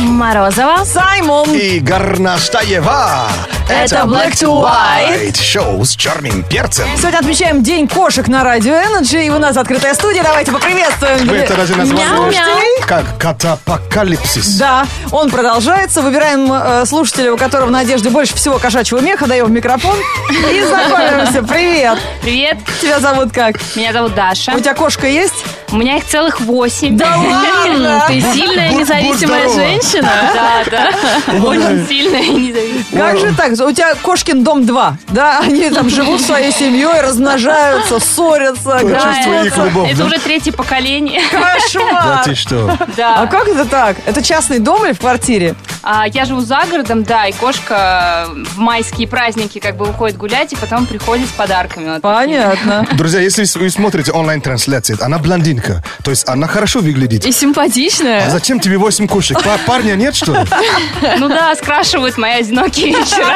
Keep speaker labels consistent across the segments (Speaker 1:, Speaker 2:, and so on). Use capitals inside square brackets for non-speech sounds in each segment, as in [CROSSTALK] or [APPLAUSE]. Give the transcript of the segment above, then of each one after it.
Speaker 1: Морозова.
Speaker 2: Саймон.
Speaker 3: и Горнастаева.
Speaker 1: Это Black to White.
Speaker 3: Шоу с черным перцем.
Speaker 2: Сегодня отмечаем День кошек на Радио Energy, и у нас открытая студия. Давайте поприветствуем.
Speaker 3: Вы это разве назвали?
Speaker 1: Мяу-мяу.
Speaker 3: Как катапокалипсис.
Speaker 2: Да, он продолжается. Выбираем э, слушателя, у которого на одежде больше всего кошачьего меха, даем микрофон и знакомимся. Привет!
Speaker 4: Привет,
Speaker 2: Тебя зовут как?
Speaker 4: меня зовут Даша.
Speaker 2: У тебя кошка есть?
Speaker 4: У меня их целых восемь. [LAUGHS]
Speaker 2: Да ладно?
Speaker 4: Ты сильная,
Speaker 3: Будь- будь
Speaker 4: независимая
Speaker 3: здорова. [LAUGHS]
Speaker 4: женщина. Да, да. Очень сильная и независимая.
Speaker 2: Как же так? У тебя кошкин дом 2, да? Они там живут своей семьей, размножаются, ссорятся,
Speaker 3: Да, Чувство
Speaker 4: это-
Speaker 3: их любовь, да?
Speaker 4: Это уже третье поколение. [LAUGHS]
Speaker 3: Да
Speaker 2: Кошмар!
Speaker 3: ты что?
Speaker 2: А
Speaker 4: Да.
Speaker 2: как это так? Это частный дом или в квартире?
Speaker 4: А, я живу за городом, да, и кошка в майские праздники как бы уходит гулять, и потом приходит с подарками. Вот
Speaker 2: Понятно.
Speaker 3: Друзья, если вы смотрите онлайн-трансляции, она блондинка. То есть она хорошо выглядит.
Speaker 1: И симпатичная.
Speaker 3: А зачем тебе восемь кошек? Пар- Парня нет, что ли?
Speaker 4: такие. Ну да, скрашивают мои одинокие
Speaker 2: [LAUGHS]
Speaker 4: вечера.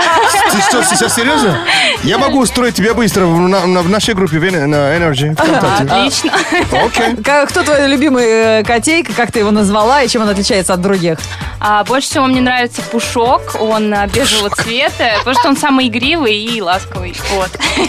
Speaker 3: Ты что, сейчас серьезно? Я могу устроить тебя быстро в, на- на- в нашей группе в Эн- на Energy.
Speaker 1: А,
Speaker 3: ВКонтакте.
Speaker 4: Отлично.
Speaker 3: Окей.
Speaker 2: Ка- Кто твой любимый э, котейка, как ты его назвала и чем он отличается от других?
Speaker 4: А, больше всего мне нравится пушок, он а, бежевого цвета, потому что он самый игривый и ласковый. Вот.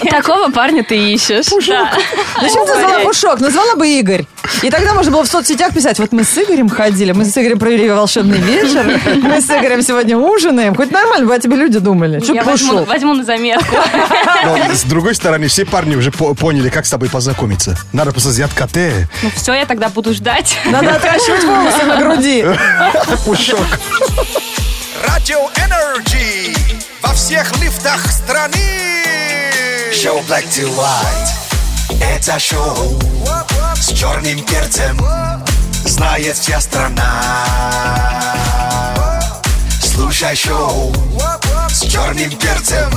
Speaker 1: Такого парня ты ищешь.
Speaker 4: Ну,
Speaker 2: Зачем ты назвала Пушок? Назвала бы Игорь. И тогда можно было в соцсетях писать, вот мы с Игорем ходили, мы с Игорем провели волшебный вечер, мы с Игорем сегодня ужинаем. Хоть нормально бы о тебе люди думали. Чё
Speaker 4: Ну, Я возьму,
Speaker 2: Пушок?
Speaker 4: возьму на заметку. [LAUGHS]
Speaker 3: Но с другой стороны, все парни уже по- поняли, как с тобой познакомиться. Надо просто взять коте.
Speaker 4: Ну все, я тогда буду ждать.
Speaker 2: Надо отращивать волосы на груди.
Speaker 3: Пушок.
Speaker 5: Радио Energy во всех лифтах страны. Шоу Black to White. Это шоу с черным перцем. Знает вся страна. Слушай шоу с черным перцем.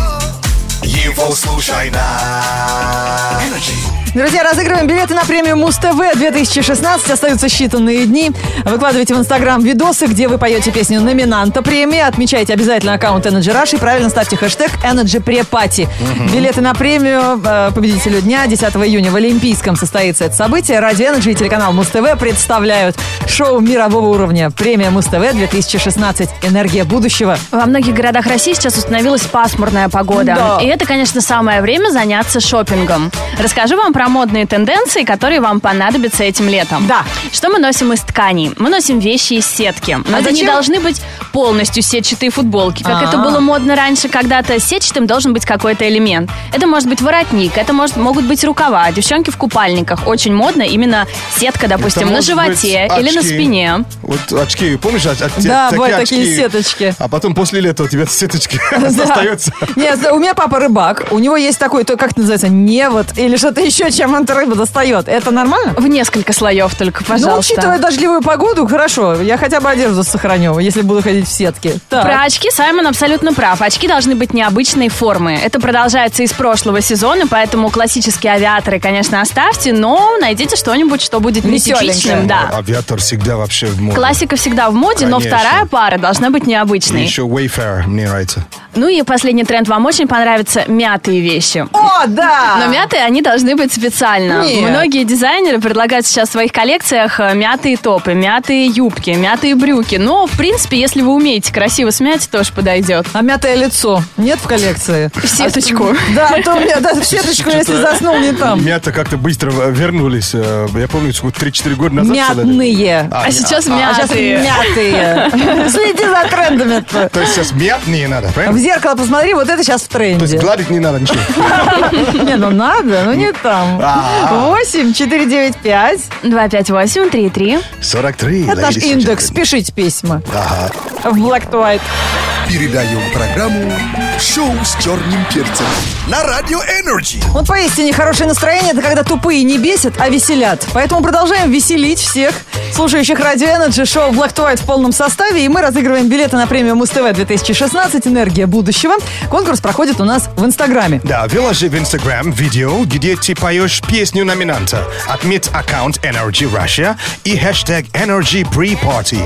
Speaker 5: Его слушай на Energy.
Speaker 2: Друзья, разыгрываем билеты на премию Муз-ТВ 2016. Остаются считанные дни. Выкладывайте в Инстаграм видосы, где вы поете песню номинанта премии. Отмечайте обязательно аккаунт Energy Rush и правильно ставьте хэштег Energy Pre-Party. Билеты на премию э, победителю дня 10 июня в Олимпийском состоится это событие. Ради Energy и телеканал Муз-ТВ представляют шоу мирового уровня. Премия Муз-ТВ 2016. Энергия будущего.
Speaker 1: Во многих городах России сейчас установилась пасмурная погода.
Speaker 2: Да.
Speaker 1: И это, конечно, самое время заняться шопингом. Расскажу вам про модные тенденции, которые вам понадобятся этим летом.
Speaker 2: Да.
Speaker 1: Что мы носим из тканей? Мы носим вещи из сетки. Но
Speaker 2: А
Speaker 1: это не
Speaker 2: зачем?
Speaker 1: должны быть полностью сетчатые футболки, как
Speaker 2: А.
Speaker 1: это было модно раньше. Когда-то сетчатым должен быть какой-то элемент. Это может быть воротник, это может, могут быть рукава, девчонки в купальниках. Очень модно именно сетка, допустим,
Speaker 3: Это
Speaker 1: на
Speaker 3: может
Speaker 1: животе
Speaker 3: быть
Speaker 1: или на
Speaker 3: очки.
Speaker 1: спине.
Speaker 3: Вот очки, помнишь, а, оч- оч-
Speaker 2: Да, бывают такие сеточки.
Speaker 3: А потом после лета у тебя сеточки [LAUGHS]
Speaker 2: Да.
Speaker 3: остается.
Speaker 2: Нет, у меня папа рыбак. У него есть такой, то как это называется, невод или что-то еще, чем он рыбу достает. Это нормально?
Speaker 1: В несколько слоев только, пожалуйста.
Speaker 2: Ну, учитывая дождливую погоду, хорошо. Я хотя бы одежду сохраню, если буду ходить в сетке. Так.
Speaker 1: Про очки Саймон абсолютно прав. Очки должны быть необычной формы. Это продолжается из прошлого сезона, поэтому классические авиаторы, конечно, оставьте, но найдите что-нибудь, что будет
Speaker 2: Весёленькое.
Speaker 1: нетипичным. Да.
Speaker 3: А, Авиатор всегда вообще в моде.
Speaker 1: Классика всегда в моде, но
Speaker 3: Конечно.
Speaker 1: вторая пара должна быть
Speaker 3: И
Speaker 1: необычной.
Speaker 3: еще Wayfair мне нравится.
Speaker 1: Ну и последний тренд вам очень понравятся мятые вещи.
Speaker 2: О, да!
Speaker 1: Но мятые они должны быть специально.
Speaker 2: А. Нет.
Speaker 1: Многие дизайнеры предлагают сейчас в своих коллекциях э, мятые топы, мятые юбки, мятые брюки. Но, в принципе, если вы умеете красиво смять, тоже подойдет.
Speaker 2: А мятое лицо нет в коллекции?
Speaker 1: В сеточку.
Speaker 2: Да, а то у меня даже в сеточку, если заснул, не там.
Speaker 3: Мята как-то быстро вернулись. э, Я помню, сколько 3-4 года назад. что ли?
Speaker 2: Мятные.
Speaker 3: А,
Speaker 1: А сейчас
Speaker 2: А сейчас
Speaker 1: мятые.
Speaker 2: мятые. Следи за трендами.
Speaker 3: То есть сейчас мятные надо,
Speaker 2: В
Speaker 3: правильно?
Speaker 2: зеркало посмотри, вот это сейчас в
Speaker 3: То есть
Speaker 2: тренде.
Speaker 3: гладить не надо ничего.
Speaker 2: [LAUGHS] Не, ну надо, но не там.
Speaker 3: [LAUGHS] А.
Speaker 2: 8, 4, 9, 5.
Speaker 1: 258 33.
Speaker 3: 43.
Speaker 2: Это наш
Speaker 3: ladies and
Speaker 2: индекс.
Speaker 3: gentlemen.
Speaker 2: Пишите письма.
Speaker 3: Ага.
Speaker 2: В Black to White.
Speaker 5: Передаем программу «Шоу с черным перцем» на Радио Energy.
Speaker 2: Вот поистине хорошее настроение это когда тупые не бесят, а веселят. Поэтому продолжаем веселить всех слушающих Радио Energy шоу Black to White в полном составе. И мы разыгрываем билеты на премию Муз ТВ 2016 Энергия будущего. Конкурс проходит у нас в Инстаграме.
Speaker 3: Да, выложи в Instagram видео, где ты поешь песню номинанта. Отметь аккаунт Energy Russia и хэштег Energy Pre-Party.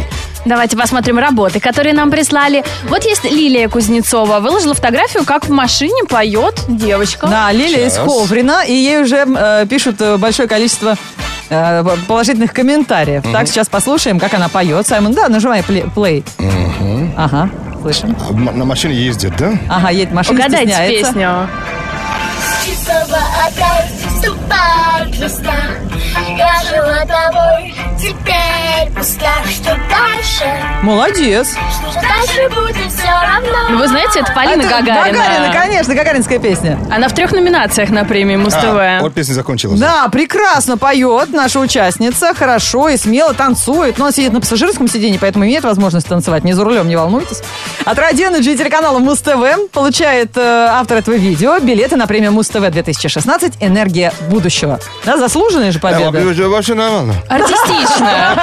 Speaker 1: Давайте посмотрим работы, которые нам прислали. Вот есть Лилия Кузнецова. Выложила фотографию, как в машине поет девочка.
Speaker 2: Да, Лилия из
Speaker 3: Сейчас.
Speaker 2: Ховрина, и ей уже э, пишут э, большое количество э, положительных комментариев. Так, сейчас послушаем, как она поет. Саймон, да, нажимай пле- плей. Ага, слышим.
Speaker 3: А, м- На машине ездит, да?
Speaker 2: Ага, едет машина,
Speaker 1: Угадайте
Speaker 2: стесняется.
Speaker 1: песню.
Speaker 6: И снова опять вступает весна Я жила тобой, теперь пуста Что дальше,
Speaker 2: Молодец.
Speaker 6: что дальше будет все равно
Speaker 1: Ну, Вы знаете, это Полина
Speaker 2: А Это
Speaker 1: Гагарина.
Speaker 2: Гагарина, конечно, гагаринская песня.
Speaker 1: Она в трех номинациях на премии Муз
Speaker 3: А,
Speaker 1: ТВ.
Speaker 3: вот песня закончилась.
Speaker 2: Да, прекрасно поет наша участница, хорошо и смело танцует. Но она сидит на пассажирском сиденье, поэтому имеет возможность танцевать. Не за рулем, не волнуйтесь. От Радио Energy и телеканала Муз-ТВ получает э, автор этого видео билеты на премию Муз-ТВ 2016 «Энергия будущего». Да, заслуженная же
Speaker 3: Да,
Speaker 2: победа.
Speaker 3: вообще- вообще нормально.
Speaker 2: [LAUGHS]
Speaker 1: Артистично.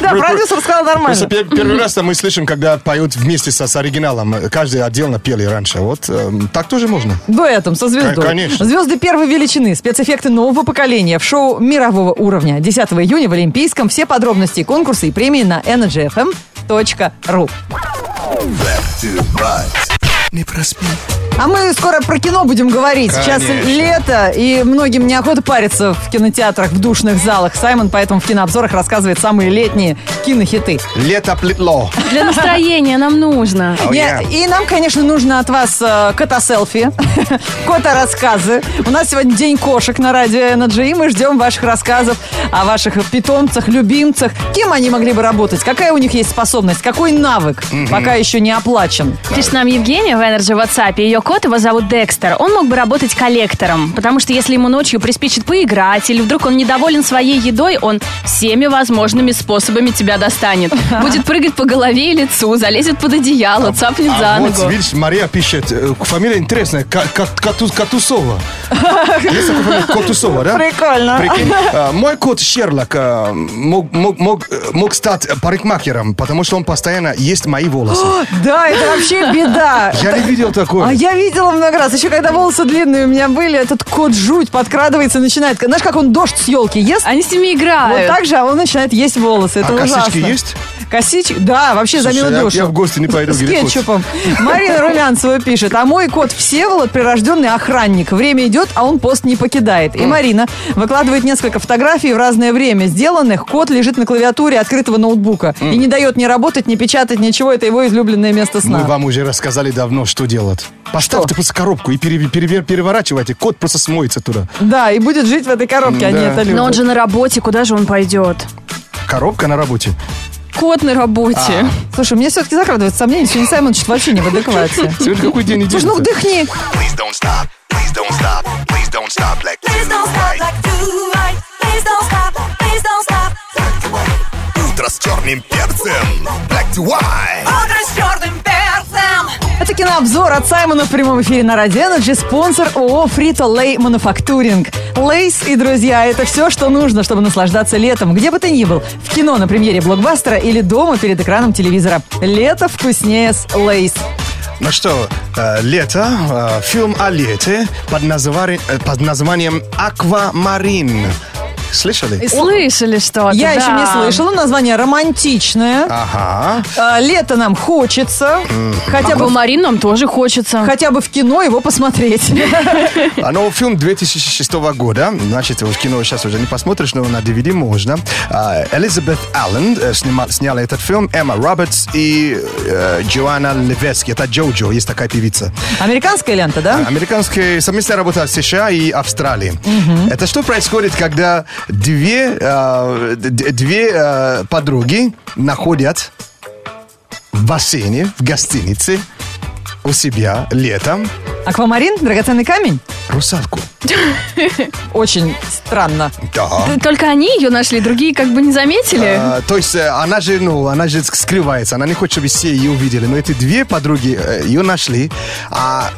Speaker 2: Да, продюсер сказал
Speaker 3: Просто
Speaker 2: нормально.
Speaker 3: пе- первый раз мы слышим, когда поют вместе со- с оригиналом. Каждый отдельно пели раньше. Вот эм, так тоже можно.
Speaker 2: Дуэтом со звездой.
Speaker 3: Кон- конечно.
Speaker 2: Звезды первой величины, спецэффекты нового поколения в шоу мирового уровня. 10 июня в Олимпийском. Все подробности, конкурсы и премии на energyfm.ru.
Speaker 5: Не проспи.
Speaker 2: А мы скоро про кино будем говорить. Сейчас
Speaker 3: Конечно.
Speaker 2: лето, и многим неохота париться в кинотеатрах, в душных залах. Саймон поэтому в кинообзорах рассказывает самые летние кинохиты.
Speaker 3: Лето плетло.
Speaker 1: Для настроения нам нужно.
Speaker 3: Oh,
Speaker 2: Я-
Speaker 3: yeah.
Speaker 2: И нам, конечно, нужно от вас э, кота-селфи, [LAUGHS] кота-рассказы. У нас сегодня день кошек на радио Energy, и мы ждем ваших рассказов о ваших питомцах, любимцах. Кем они могли бы работать? Какая у них есть способность? Какой навык пока еще не оплачен?
Speaker 1: Пишет нам Евгения в Energy WhatsApp. Ее кот, его зовут Декстер. Он мог бы работать коллектором, потому что если ему ночью приспичит поиграть, или вдруг он недоволен своей едой, он всеми возможными способами тебя достанет. Будет прыгать по голове и лицу, залезет под одеяло, цапнет [LAUGHS] за
Speaker 3: А вот,
Speaker 1: ногу.
Speaker 3: видишь, Мария пишет, э, фамилия интересная, Ка- Ка- Кату- Катусова. Есть такая фамилия Катусова, да?
Speaker 2: Прикольно.
Speaker 3: Прикинь, э, мой кот Шерлок э, мог, мог- мог- э, мог стать парикмахером, потому что он постоянно ест мои волосы.
Speaker 2: [GASPS] Да, это вообще беда.
Speaker 3: [LAUGHS] Я не видел
Speaker 2: А
Speaker 3: такое.
Speaker 2: я видела много раз. Еще когда волосы длинные у меня были, этот кот жуть подкрадывается и начинает. Знаешь, как он дождь с елки ест?
Speaker 1: Они с ними
Speaker 2: Вот
Speaker 1: играют.
Speaker 2: так же, а он начинает есть волосы. Это
Speaker 3: А косички
Speaker 2: ужасно.
Speaker 3: есть?
Speaker 2: Косички? Да, вообще за
Speaker 3: Слушай,
Speaker 2: милую
Speaker 3: я-
Speaker 2: душу.
Speaker 3: я в гости не пойду,
Speaker 2: С
Speaker 3: Геликот.
Speaker 2: кетчупом. Марина Румянцева пишет. А мой кот Всеволод прирожденный охранник. Время идет, а он пост не покидает. И Марина выкладывает несколько фотографий в разное время сделанных. Кот лежит на клавиатуре открытого ноутбука. И не дает ни работать, ни печатать, ничего. Это его излюбленное место сна.
Speaker 3: Мы вам уже рассказали давно, что делать. Поставьте просто коробку и пере- пере- переворачивайте, кот просто смоется туда.
Speaker 2: Да, и будет жить в этой коробке. Они
Speaker 3: Да.
Speaker 2: это любят.
Speaker 1: Но он же на работе, куда же он пойдет?
Speaker 3: Коробка на работе.
Speaker 1: Кот на работе.
Speaker 3: А.
Speaker 2: Слушай, мне все-таки закрадывается сомнение, что Саймон что-то вообще не в
Speaker 3: [LAUGHS]
Speaker 2: адеквате.
Speaker 3: Сегодня какой день
Speaker 2: Слушай, ну
Speaker 3: недели-то?
Speaker 2: вдохни.
Speaker 7: Please don't stop. Please don't stop. Please don't stop like
Speaker 8: Please don't stop like do right. Please don't stop. Please don't stop.
Speaker 7: Утро с черным перцем. Black to white.
Speaker 8: Утро с черным перцем.
Speaker 2: Это кинообзор от Саймона в прямом эфире на Радио Energy, спонсор ООО «Фрита Лей Мануфактуринг». Лейс и друзья – это все, что нужно, чтобы наслаждаться летом, где бы ты ни был. В кино на премьере блокбастера или дома перед экраном телевизора. Лето вкуснее с Лейс.
Speaker 3: Ну что, э, лето, э, фильм о лете под, назвари- э, под названием «Аквамарин». Слышали?
Speaker 1: Слышали что-то?
Speaker 2: Я
Speaker 1: да.
Speaker 2: еще не слышала, название романтичное.
Speaker 3: Ага.
Speaker 2: А, Лето нам хочется. Хотя бы, в-
Speaker 1: Аквамарин нам тоже хочется.
Speaker 2: хотя бы в кино его
Speaker 1: [LAUGHS]
Speaker 2: посмотреть.
Speaker 3: А, ну, фильм 2006 года. Значит, в кино сейчас уже не посмотришь, но на DVD можно. А, Элизабет Аллен э, снима- сняла этот фильм. Эмма Робертс и э, Джоанна Левецки. Это Джоджо, есть такая певица.
Speaker 2: Американская лента, да?
Speaker 3: Американская совместная работа США и Австралии. Это что происходит, когда две, э, д- две э, подруги находят в бассейне, в гостинице у себя летом
Speaker 2: Аквамарин, драгоценный камень?
Speaker 3: русалку?
Speaker 2: Очень странно.
Speaker 3: Да.
Speaker 1: Только они ее нашли, другие как бы не заметили.
Speaker 3: А, то есть э, она же, ну, она же ск- скрывается, она не хочет, чтобы все ее увидели. Но эти две подруги э, ее нашли, а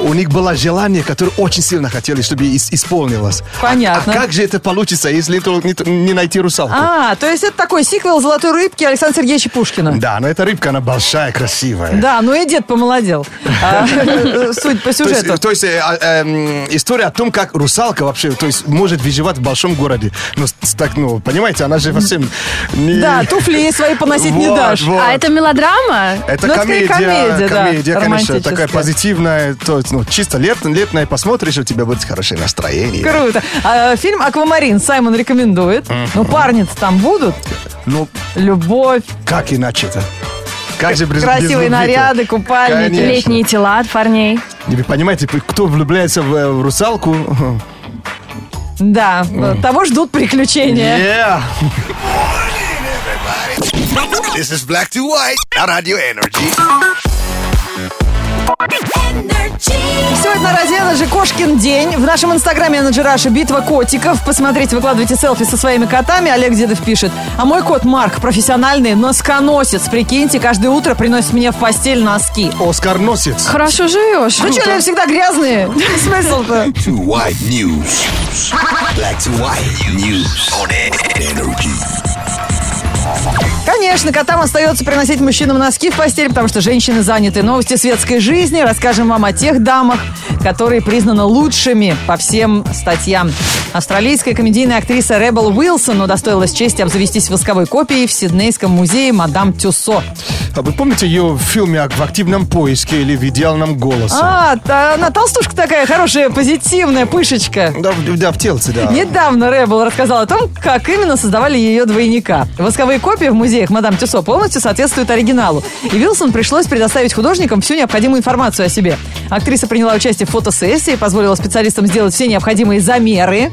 Speaker 3: у них было желание, которое очень сильно хотели, чтобы ис- исполнилось. А-
Speaker 2: Понятно.
Speaker 3: А, как же это получится, если то- не, то- не найти русалку?
Speaker 2: А, то есть это такой сиквел «Золотой рыбки» Александра Сергеевича Пушкина.
Speaker 3: Да, но эта рыбка, она большая, красивая.
Speaker 2: Да, ну и дед помолодел. А, [LAUGHS] Суть по
Speaker 3: То есть,
Speaker 2: сюжету.
Speaker 3: то есть, э, а, эм, м, история о том, как русалка вообще, то есть, может выживать в большом городе. Ну, с- с- так, ну, понимаете, она же совсем не...
Speaker 2: Да, туфли ей свои поносить не
Speaker 3: Вот,
Speaker 2: дашь.
Speaker 3: вот.
Speaker 1: А это мелодрама?
Speaker 3: Это
Speaker 2: Ну, это
Speaker 3: комедия,
Speaker 2: скорее комедия, да,
Speaker 3: конечно,
Speaker 2: романтическая.
Speaker 3: такая позитивная, то есть, ну, чисто лет, летная, посмотришь, у тебя будет хорошее настроение.
Speaker 2: Круто. А, Фильм «Аквамарин» Саймон рекомендует. Ну, парни-то там будут.
Speaker 3: Ну,
Speaker 2: Любовь,
Speaker 3: как иначе-то? Как же без, без
Speaker 2: красивые
Speaker 3: любви-то?
Speaker 2: наряды, купальники.
Speaker 3: Конечно.
Speaker 1: Летние тела от парней.
Speaker 3: И Вы понимаете, кто влюбляется в, э, в русалку?
Speaker 2: Да, того ждут приключения.
Speaker 3: Yeah.
Speaker 7: This is Black to White на Radio Energy.
Speaker 2: Сегодня на Радио Energy Кошкин день. В нашем инстаграме Energy Раша битва котиков. Посмотрите, выкладывайте селфи со своими котами. Олег Дедов пишет. А мой кот Марк профессиональный носконосец. Прикиньте, каждое утро приносит мне в постель носки.
Speaker 3: Оскар носит.
Speaker 1: Хорошо живешь.
Speaker 2: Вы что, они всегда грязные? Смысл-то?
Speaker 5: To white news. Black to white news. On energy.
Speaker 2: Конечно, котам остается приносить мужчинам носки в постель, потому что женщины заняты. Новости светской жизни. Расскажем вам о тех дамах, которые признаны лучшими по всем статьям. Австралийская комедийная актриса Ребел Уилсон удостоилась чести обзавестись восковой копией в Сиднейском музее «Мадам Тюсо».
Speaker 3: А вы помните ее в фильме «В активном поиске» или в «Идеальном голосе»?
Speaker 2: А, та- она толстушка такая хорошая, позитивная, пышечка.
Speaker 3: Да, в- да, в телце, да.
Speaker 2: Недавно Рэббл рассказал о том, как именно создавали ее двойника. Восковые копии в музеях Мадам Тюсо полностью соответствуют оригиналу. И Вилсон пришлось предоставить художникам всю необходимую информацию о себе. Актриса приняла участие в фотосессии, позволила специалистам сделать все необходимые замеры.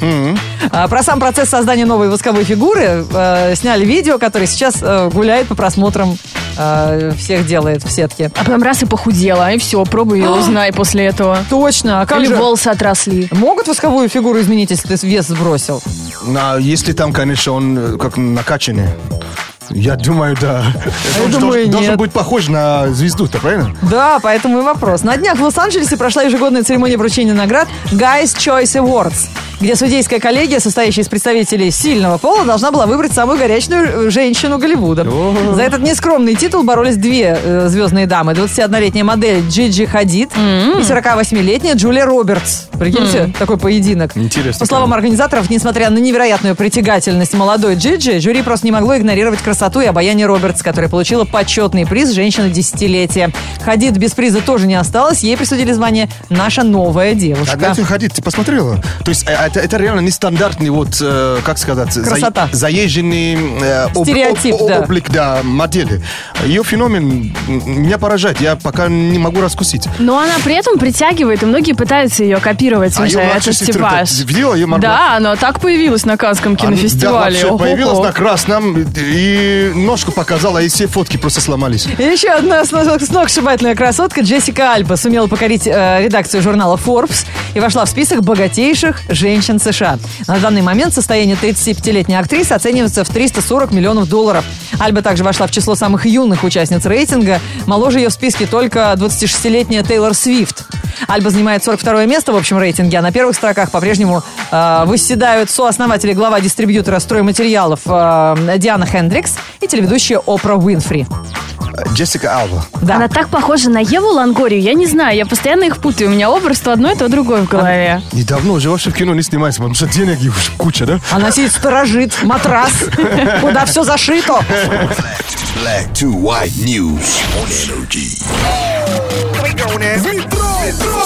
Speaker 2: А, Про сам процесс создания новой восковой фигуры э, сняли видео, которое сейчас э, гуляет по просмотрам э, всех делает в сетке.
Speaker 1: А потом раз и похудела, и все, пробуй и узнай после этого.
Speaker 2: Точно, а как
Speaker 1: Или
Speaker 2: же?
Speaker 1: волосы отросли.
Speaker 2: Могут восковую фигуру изменить, если ты вес сбросил?
Speaker 3: А если там, конечно, он э, как накачанный. Я думаю, да. Он же
Speaker 2: думаю,
Speaker 3: должен, должен
Speaker 2: нет.
Speaker 3: быть похож на звезду-то, правильно?
Speaker 2: Да, поэтому и вопрос. На днях в Лос-Анджелесе прошла ежегодная церемония вручения наград Guys Choice Awards, где судейская коллегия, состоящая из представителей сильного пола, должна была выбрать самую горячую э, женщину Голливуда. За этот нескромный титул боролись две э, звездные дамы. 21-летняя модель Джиджи Хадид и 48-летняя Джулия Робертс. Прикиньте, такой поединок.
Speaker 3: Интересно,
Speaker 2: По словам организаторов, несмотря на невероятную притягательность молодой Джиджи, жюри просто не могло игнорировать красоту и обаяние Робертс, которая получила почетный приз «Женщина десятилетия». Хадид без приза тоже не осталась, ей присудили звание «Наша новая
Speaker 3: Одна
Speaker 2: девушка».
Speaker 3: этим ходить, ты посмотрела? То есть э, это, это реально нестандартный, вот, э, как сказать, за-
Speaker 2: Красота.
Speaker 3: заезженный э, об-
Speaker 2: Стереотип, да.
Speaker 3: облик да, модели. Ее феномен м, меня поражает, я пока не могу раскусить. А
Speaker 1: Но она при этом притягивает, и многие пытаются ее копировать
Speaker 3: А
Speaker 1: уже,
Speaker 3: её младшая
Speaker 1: этот
Speaker 3: сестра-то
Speaker 1: типаж.
Speaker 3: видела её, Марго?
Speaker 1: Да, она так появилась на Канском
Speaker 3: Она,
Speaker 1: кинофестивале.
Speaker 3: Да, вообще
Speaker 1: Ого-го.
Speaker 3: появилась на красном и ножку показала, и все фотки просто сломались.
Speaker 2: И еще одна сногсшибательная красотка Джессика Альба сумела покорить э, редакцию журнала Forbes и вошла в список богатейших женщин США. На данный момент состояние 35-летней актрисы оценивается в 340 миллионов долларов. Альба также вошла в число самых юных участниц рейтинга. Моложе ее в списке только 26-летняя Тейлор Свифт. Альба занимает 42 место в общем рейтинге, а на первых строках по-прежнему э, выседают сооснователи глава дистрибьютора стройматериалов э, Диана Хендрикс и телеведущая Опра Уинфри.
Speaker 3: Джессика Алба.
Speaker 2: Да.
Speaker 1: Она так похожа на Еву Лангорию, я не знаю, я постоянно их путаю. У меня образ то одно, то другое в голове.
Speaker 3: И давно уже вообще в кино не снимается, потому что денег их уже куча, да?
Speaker 2: Она сидит, А сторожит матрас, куда все зашито.
Speaker 5: Black to white news. On energy.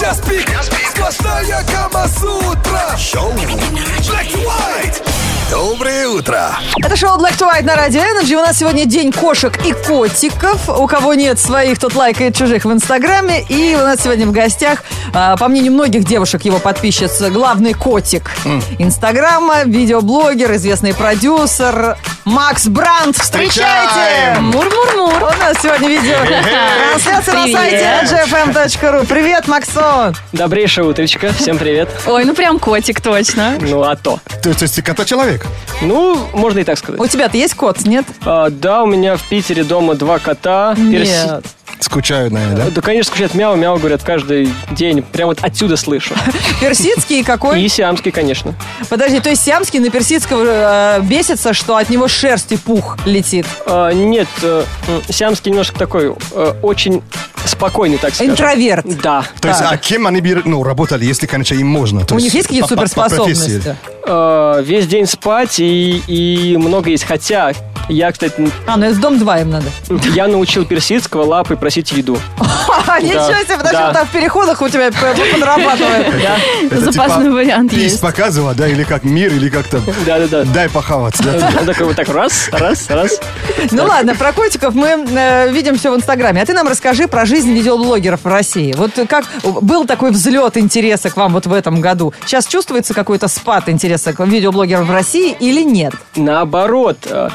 Speaker 7: Just pick. Сплошная Камасутра. Шоу Black to White. Доброе утро.
Speaker 2: Это шоу Black to White на Радио Energy. У нас сегодня день кошек и котиков. У кого нет своих, тот лайкает чужих в Инстаграме. И у нас сегодня в гостях, а, по мнению многих девушек, его подписчиц, главный котик Инстаграма, видеоблогер, известный продюсер Макс Брандт. Встречайте!
Speaker 3: Встречаем!
Speaker 2: Мур-мур-мур. У нас сегодня видео. Трансляция на сайте gfm.ru. Привет, Максон!
Speaker 9: Добрейшее утречко, всем привет.
Speaker 1: Ой, ну прям котик, точно.
Speaker 9: Ну а то.
Speaker 3: То есть ты кота-человек?
Speaker 9: Ну, можно и так
Speaker 2: У
Speaker 9: сказать.
Speaker 2: тебя-то есть кот, нет?
Speaker 9: А, да, у меня в Питере дома два кота.
Speaker 2: Нет.
Speaker 3: Скучаю, наверное, да?
Speaker 9: Да, конечно, скучают мяу-мяу, говорят, каждый день. Прям вот отсюда слышу.
Speaker 2: Персидский и какой?
Speaker 9: И сиамский, конечно.
Speaker 2: Подожди, то есть сиамский на персидского э, бесится, что от него шерсть и пух летит.
Speaker 9: А, нет, э, м, сиамский немножко такой, э, очень спокойный, так скажем.
Speaker 2: Интроверт.
Speaker 9: Да.
Speaker 3: То есть, а кем они бир- ну, работали, если, конечно, им можно? То
Speaker 2: У них есть какие-то
Speaker 3: по- по- по
Speaker 2: суперспособности?
Speaker 3: профессии.
Speaker 9: Э, весь день спать и, и много есть. Хотя я, кстати,
Speaker 2: А, ну из дом 2 им надо.
Speaker 9: я научил персидского лапой просить еду.
Speaker 2: Ха, Ничего себе, потому
Speaker 9: [LAUGHS] да.
Speaker 2: что там в переходах у тебя п-
Speaker 9: [LAUGHS]
Speaker 2: подрабатывает.
Speaker 3: Это
Speaker 1: Запасной
Speaker 3: типа
Speaker 1: вариант
Speaker 3: пись
Speaker 1: есть.
Speaker 3: показывала, да, или как мир, или как там.
Speaker 9: Да-да-да.
Speaker 3: Дай похавать. да.
Speaker 9: Он такой вот так раз, раз, раз.
Speaker 2: Ну ладно, про котиков мы э, видим все в Инстаграме. А ты нам расскажи про жизнь видеоблогеров в России. Вот как был такой взлет интереса к вам вот в этом году? Сейчас чувствуется какой-то спад интереса к видеоблогерам в России или нет?
Speaker 9: Наоборот, э,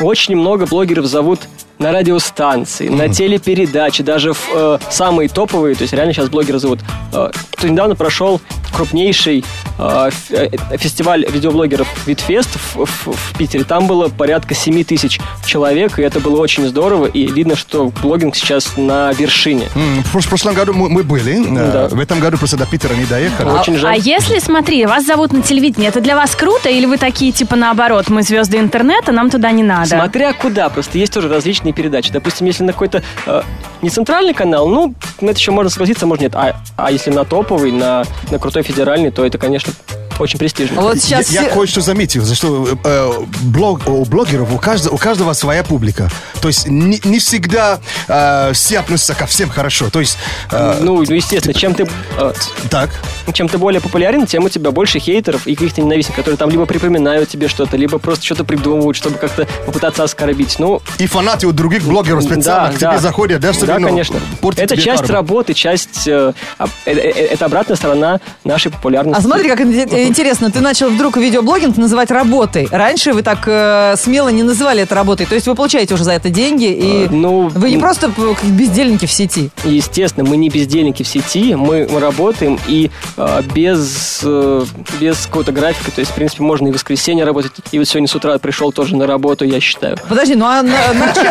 Speaker 9: очень много блогеров зовут на радиостанции, на телепередачи, даже в э, самые топовые, то есть реально сейчас блогеры зовут. Э, то недавно прошел крупнейший э, ф- э, фестиваль видеоблогеров Витфест в, в- в Питере. Там было порядка 7 тысяч человек, и это было очень здорово, и видно, что блогинг сейчас на вершине.
Speaker 3: М, В прош- прошлом году мы, мы были, э,
Speaker 9: Да.
Speaker 3: в этом году просто до Питера не доехали.
Speaker 9: Очень
Speaker 1: А
Speaker 9: жаль.
Speaker 1: если, смотри, вас зовут на телевидении, это для вас круто? Или вы такие, типа, наоборот, мы звезды интернета, нам туда не надо?
Speaker 9: Смотря куда, просто есть тоже различные передачи. Допустим, если на какой-то э, не центральный канал, ну, на это еще можно согласиться, может нет. А, а если на топовый, на, на крутой федеральный, то это, конечно, очень престижно.
Speaker 2: Вот
Speaker 3: Я,
Speaker 2: сейчас
Speaker 3: я
Speaker 2: все-
Speaker 3: кое-что заметил, за что э, блог, у блогеров у каждого, у каждого своя публика. То есть не, не всегда э, все относятся ко всем хорошо. То есть э,
Speaker 9: Ну, ну, естественно, чем ты, э,
Speaker 3: так.
Speaker 9: чем ты более популярен, тем у тебя больше хейтеров и каких-то ненавистников, которые там либо припоминают тебе что-то, либо просто что-то придумывают, чтобы как-то попытаться оскорбить. Ну,
Speaker 3: И фанаты у других блогеров специально
Speaker 9: Да,
Speaker 3: к тебе
Speaker 9: да.
Speaker 3: заходят, да, чтобы
Speaker 9: Да,
Speaker 3: ну,
Speaker 9: конечно.
Speaker 3: портить
Speaker 9: Это
Speaker 3: тебе
Speaker 9: часть
Speaker 3: карму.
Speaker 9: работы, часть... э, об- э, э, э, это обратная сторона нашей популярности.
Speaker 2: А смотри, как ин- интересно, ты начал вдруг видеоблогинг называть работой. Раньше вы так э, смело не называли это работой. То есть вы получаете уже за это деньги, и
Speaker 9: Э, ну,
Speaker 2: вы не
Speaker 9: м.
Speaker 2: просто п- как бездельники в сети.
Speaker 9: Естественно, мы не бездельники в сети, мы работаем и э, без, э, без какого-то графика. То есть, в принципе, можно и в воскресенье работать. И вот сегодня с утра пришел тоже на работу, я считаю.
Speaker 2: Подожди, ну а на, на чем?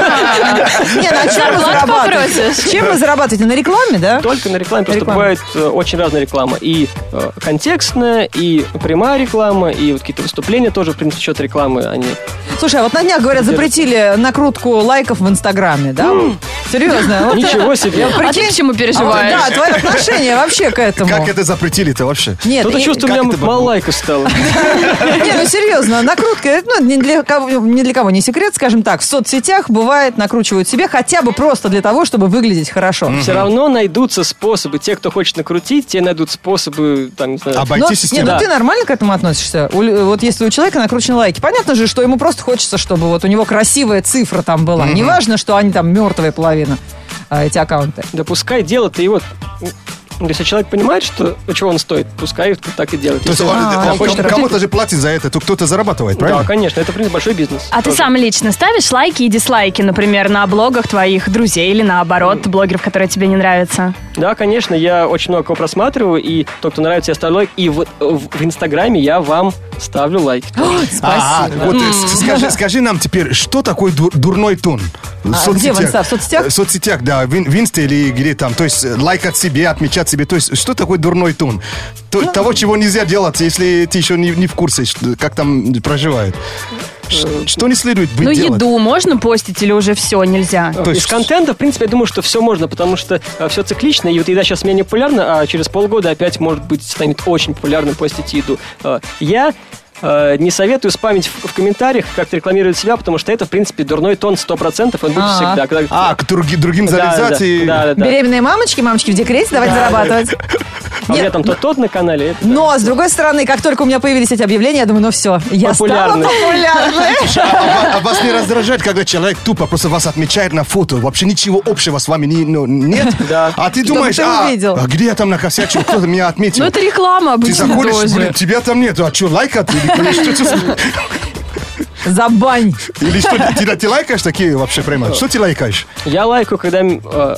Speaker 2: Не, на чем вы зарабатываете? Чем вы зарабатываете? На рекламе, да?
Speaker 9: Только на рекламе, просто
Speaker 2: Реклама.
Speaker 9: бывает э, очень разная реклама. И э, контекстная, и прямая реклама, и вот какие-то выступления тоже, в принципе, счет рекламы, они...
Speaker 2: Слушай, а вот на днях, говорят, запретили накрутку лайков в Инстаграме, да? Серьезно? вот
Speaker 9: Ничего себе!
Speaker 1: А ты к чему
Speaker 2: это-
Speaker 1: переживаешь?
Speaker 2: Да, твое отношение вообще к этому.
Speaker 3: Как это запретили-то вообще?
Speaker 2: Нет,
Speaker 9: Кто-то
Speaker 2: и-
Speaker 9: чувствует, у
Speaker 3: как
Speaker 9: меня
Speaker 3: это
Speaker 9: мало
Speaker 3: было?
Speaker 9: лайков стало.
Speaker 2: Не, ну серьезно, накрутка, это, ну, ни для, кого, ни для кого не секрет, скажем так, в соцсетях бывает накручивают себе хотя бы просто для того, чтобы выглядеть хорошо.
Speaker 9: Все равно найдутся способы. Те, кто хочет накрутить, те найдут способы, там, не знаю,
Speaker 2: Но-
Speaker 3: Обойти
Speaker 2: не,
Speaker 3: систему.
Speaker 2: ну
Speaker 9: Да.
Speaker 2: ты нормально к этому относишься? У лю- вот если у человека накручены лайки, понятно же, что ему просто хочется, чтобы вот у него красивая цифра там была. Неважно, что они там мертвая половина, а, эти аккаунты.
Speaker 9: Да пускай дело-то его... Ну, Если человек понимает, что, чего он стоит, пускай так и делает.
Speaker 3: То есть
Speaker 9: Если-
Speaker 3: он-
Speaker 2: А,
Speaker 3: он-
Speaker 2: он хочет
Speaker 3: кому-то же платит за это, то кто-то зарабатывает,
Speaker 9: Да,
Speaker 3: правильно?
Speaker 9: конечно, это, в принципе, большой бизнес.
Speaker 1: А ты
Speaker 9: Тоже.
Speaker 1: сам лично ставишь лайки и дизлайки, например, на блогах твоих друзей или наоборот, блогеров, которые тебе не нравятся?
Speaker 9: Да, конечно, я очень много кого просматриваю, и тот, кто нравится, я ставлю лайк. И вот э, в, в Инстаграме я вам ставлю лайк.
Speaker 3: А, вот э, с- скажи, скажи нам теперь, что такое дур- дурной тон? В
Speaker 2: А, где в Инста? В соцсетях?
Speaker 3: Э, В соцсетях, да, в, ин- в Инсте или где там. То есть э, лайкать себе, отмечать себе. То есть что такое дурной тон? То- того, чего нельзя делать, если ты еще не, не в курсе, что- как там проживают. Ш- Что не следует быть
Speaker 1: ну,
Speaker 3: делать?
Speaker 1: еду можно постить или уже все, нельзя?
Speaker 9: Э,
Speaker 3: То есть-
Speaker 9: Из контента, в принципе, я думаю, что все можно, потому что все циклично, и вот еда сейчас менее популярна, а через полгода опять, может быть, станет очень популярным постить еду. Э, Я э, не советую спамить в, в комментариях, как-то рекламировать себя, потому что это, в принципе, дурной тон 100%, он будет
Speaker 2: А.
Speaker 9: всегда. Когда-
Speaker 3: А, к други- другим
Speaker 9: Да,
Speaker 3: залезать
Speaker 9: да,
Speaker 3: и...
Speaker 9: да, да,
Speaker 2: [LAUGHS]
Speaker 9: да.
Speaker 2: Беременные мамочки, мамочки в декрете, давайте зарабатывать.
Speaker 9: А у меня
Speaker 2: Нет,
Speaker 9: там то тот на канале. это-
Speaker 2: Но, с другой стороны, как только у меня появились эти объявления, я думаю, ну все, я стала
Speaker 9: Популярной.
Speaker 2: популярной.
Speaker 3: А, а вас не раздражает, когда человек тупо просто вас отмечает на фото, вообще ничего общего с вами не- ну, нет?
Speaker 9: Да.
Speaker 3: А ты думаешь,
Speaker 2: ты
Speaker 3: а,
Speaker 2: увидел».
Speaker 3: а где я там накосячил, кто-то меня отметил?
Speaker 1: Ну, это реклама
Speaker 3: Ты
Speaker 1: обычно
Speaker 3: заходишь,
Speaker 1: тоже.
Speaker 3: блин, тебя там нет, а что, лайкать? Или, или что, ты-
Speaker 2: Забань.
Speaker 3: или что, ты, ты- ты лайкаешь такие вообще прямо? Что ты лайкаешь?
Speaker 9: Я лайкаю, когда э,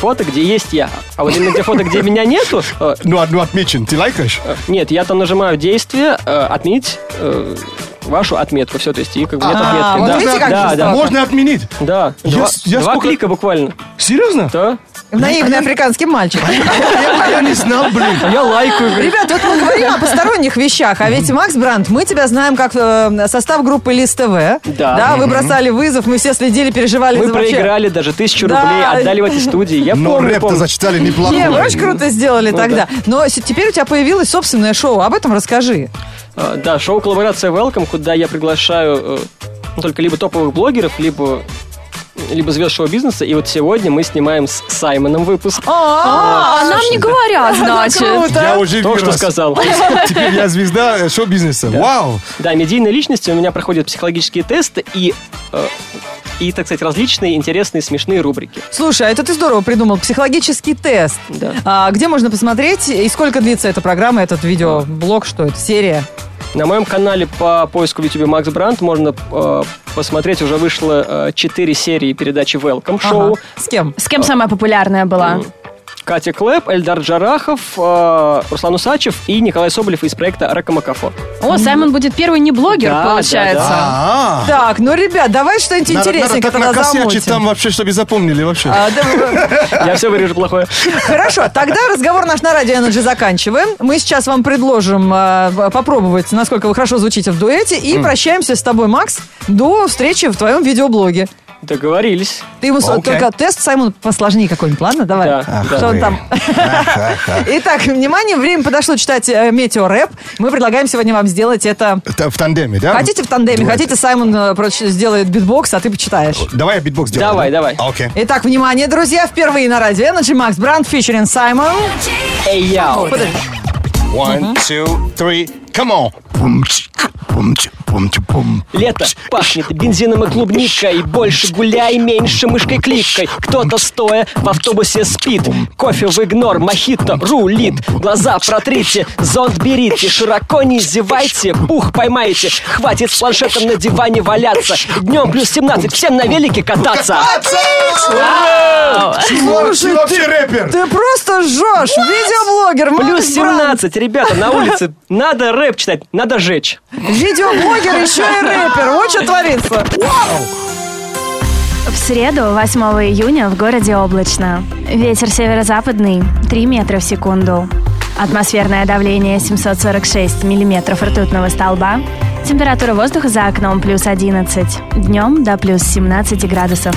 Speaker 9: фото, где есть я. А вот именно те фото, где меня нету, э,
Speaker 3: Ну, одну отмечен, ты лайкаешь?
Speaker 9: э, нет, я там нажимаю действие, э, отменить э, вашу отметку. Все, то есть, и как бы нет
Speaker 2: А, вот
Speaker 9: отметки.
Speaker 2: видите,
Speaker 9: Да,
Speaker 2: как
Speaker 9: да,
Speaker 2: жестоко.
Speaker 9: да.
Speaker 3: Можно отменить.
Speaker 9: Да,
Speaker 3: Я
Speaker 9: два,
Speaker 3: с- я
Speaker 9: два
Speaker 3: сколько-
Speaker 9: клика буквально.
Speaker 3: Серьезно?
Speaker 9: Да.
Speaker 2: Наивный африканский мальчик.
Speaker 3: Я я не знал, блин.
Speaker 9: Я лайкаю. говорит.
Speaker 2: Ребят, вот мы говорим о посторонних вещах, а ведь Макс Брандт, мы тебя знаем как э, состав группы Лист ТВ.
Speaker 9: Да.
Speaker 2: вы бросали вызов, мы все следили, переживали
Speaker 9: Мы
Speaker 2: за вообще-
Speaker 9: проиграли даже тысячу
Speaker 2: Да.
Speaker 9: рублей, отдали в этой студии. Я
Speaker 3: Но
Speaker 9: помню,
Speaker 3: рэп-то
Speaker 9: помню.
Speaker 3: зачитали
Speaker 2: Не, вы
Speaker 3: неплохо.
Speaker 2: очень круто
Speaker 9: Ну
Speaker 2: сделали тогда. Но с- теперь у тебя появилось собственное шоу. Об этом расскажи.
Speaker 9: Э, Да, шоу коллаборация Welcome, куда я приглашаю э, ну, только либо топовых блогеров, либо либо звезд шоу-бизнеса. И вот сегодня мы снимаем с Саймоном выпуск.
Speaker 1: А, нам не говорят, значит.
Speaker 3: Я уже
Speaker 9: То, что
Speaker 3: вырос.
Speaker 9: сказал.
Speaker 3: Теперь я звезда э, шоу-бизнеса. Вау!
Speaker 9: Да, медийные личности у меня проходят психологические тесты и, э, и так сказать, различные интересные смешные рубрики.
Speaker 2: Слушай, а это ты здорово придумал. Психологический тест.
Speaker 9: Да.
Speaker 2: А где можно посмотреть и сколько длится эта программа, этот видеоблог, что это, серия?
Speaker 9: На моем канале по поиску в YouTube Макс Брандт можно э, посмотреть, уже вышло э, 4 серии передачи Welcome шоу.
Speaker 2: Ага. С кем?
Speaker 1: С кем самая популярная была?
Speaker 9: Катя Клэп, Эльдар Джарахов, э, Руслан Усачев и Николай Соболев из проекта Ракомакафо.
Speaker 1: О, Саймон будет первый не блогер,
Speaker 9: Да, да,
Speaker 1: получается.
Speaker 3: А,
Speaker 2: Так, ну, ребят, давай что-нибудь
Speaker 3: Надо, надо
Speaker 2: интересненькое
Speaker 3: так
Speaker 2: тогда
Speaker 3: накосячить
Speaker 2: замутим.
Speaker 3: там вообще, чтобы запомнили вообще.
Speaker 2: А, да,
Speaker 9: Я все вырежу плохое.
Speaker 2: Хорошо, тогда разговор наш на радио Energy заканчиваем. Мы сейчас вам предложим э, попробовать, насколько вы хорошо звучите в дуэте, и прощаемся с тобой, Макс, до встречи в твоем видеоблоге.
Speaker 9: Договорились.
Speaker 2: Ты ему с-
Speaker 3: Окей.
Speaker 2: только тест, Саймон, посложнее какой-нибудь, ладно? Давай.
Speaker 9: Да,
Speaker 2: Что
Speaker 9: да.
Speaker 2: он там? Итак, внимание, время подошло читать э, метеорэп. Мы предлагаем сегодня вам сделать это...
Speaker 3: Та- В тандеме, да?
Speaker 2: Хотите в тандеме,
Speaker 3: Давай.
Speaker 2: хотите Саймон э, проч- сделает битбокс, а ты почитаешь.
Speaker 3: Давай я битбокс сделаю.
Speaker 9: Давай,
Speaker 3: да?
Speaker 9: давай.
Speaker 3: А, Окей.
Speaker 2: Итак, внимание, друзья, впервые на радио Energy Макс Бранд, фичерин Саймон.
Speaker 9: Эй, я.
Speaker 2: Подожди.
Speaker 3: One, two, three, come on. Пум-чик, пум-чик, пум-чик, пум.
Speaker 9: Лето пахнет бензином и клубникой Больше гуляй, меньше мышкой кликой Кто-то стоя в автобусе спит Кофе в игнор, мохито рулит Глаза протрите, зонт берите Широко не зевайте, пух поймаете Хватит с планшетом на диване валяться Днем плюс 17, всем на велике кататься Вау!
Speaker 3: Слушай, вообще рэпер.
Speaker 2: Ты просто жжешь! Видеоблогер Макс
Speaker 9: Плюс
Speaker 2: Брандт.
Speaker 9: 17, ребята, на улице Надо рэп читать, надо жечь
Speaker 2: Видеоблогер, еще и рэпер. Вот что творится.
Speaker 10: В среду, 8 июня, в городе облачно. Ветер северо-западный 3 метра в секунду. Атмосферное давление 746 миллиметров ртутного столба. Температура воздуха за окном плюс 11. Днем до плюс 17 градусов.